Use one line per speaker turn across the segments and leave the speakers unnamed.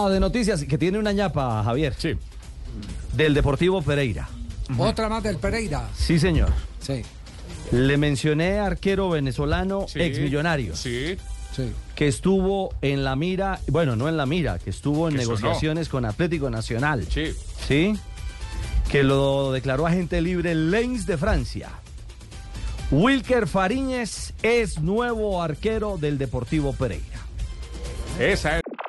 Ah, de noticias que tiene una ñapa, Javier.
Sí.
Del Deportivo Pereira.
Otra más del Pereira.
Sí, señor.
Sí,
Le mencioné arquero venezolano
Sí.
exmillonario
Sí.
sí.
que estuvo en la mira, bueno, no en la mira, que estuvo en
Que sonó.
negociaciones con Atlético Nacional.
Sí.
¿Sí? Que lo declaró agente libre Lens de Francia. Wilker Fariñez es nuevo arquero del Deportivo Pereira.
Esa es.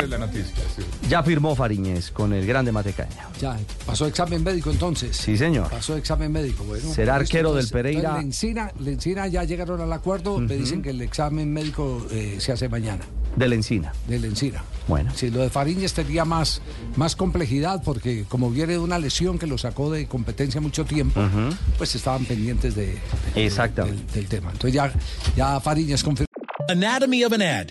Es la noticia. sí.
Ya firmó Fariñez con el Grande Matecaña.
Ya, pasó examen médico entonces.
Sí, señor.
Pasó examen médico, bueno.
Será
Listo,
arquero del
entonces.
Pereira.
Entonces, Lencina, Lencina ya llegaron al acuerdo. Me dicen que el examen médico eh, se hace mañana,
Del Encina.
de Lencina.
Bueno.
Si lo de Fariñez tenía más, más complejidad, porque como viene de una lesión que lo sacó de competencia mucho tiempo, pues estaban pendientes de, de-
Exactamente.
del, del tema. Entonces ya, ya Fariñez confirmó.
Anatomy of an ad.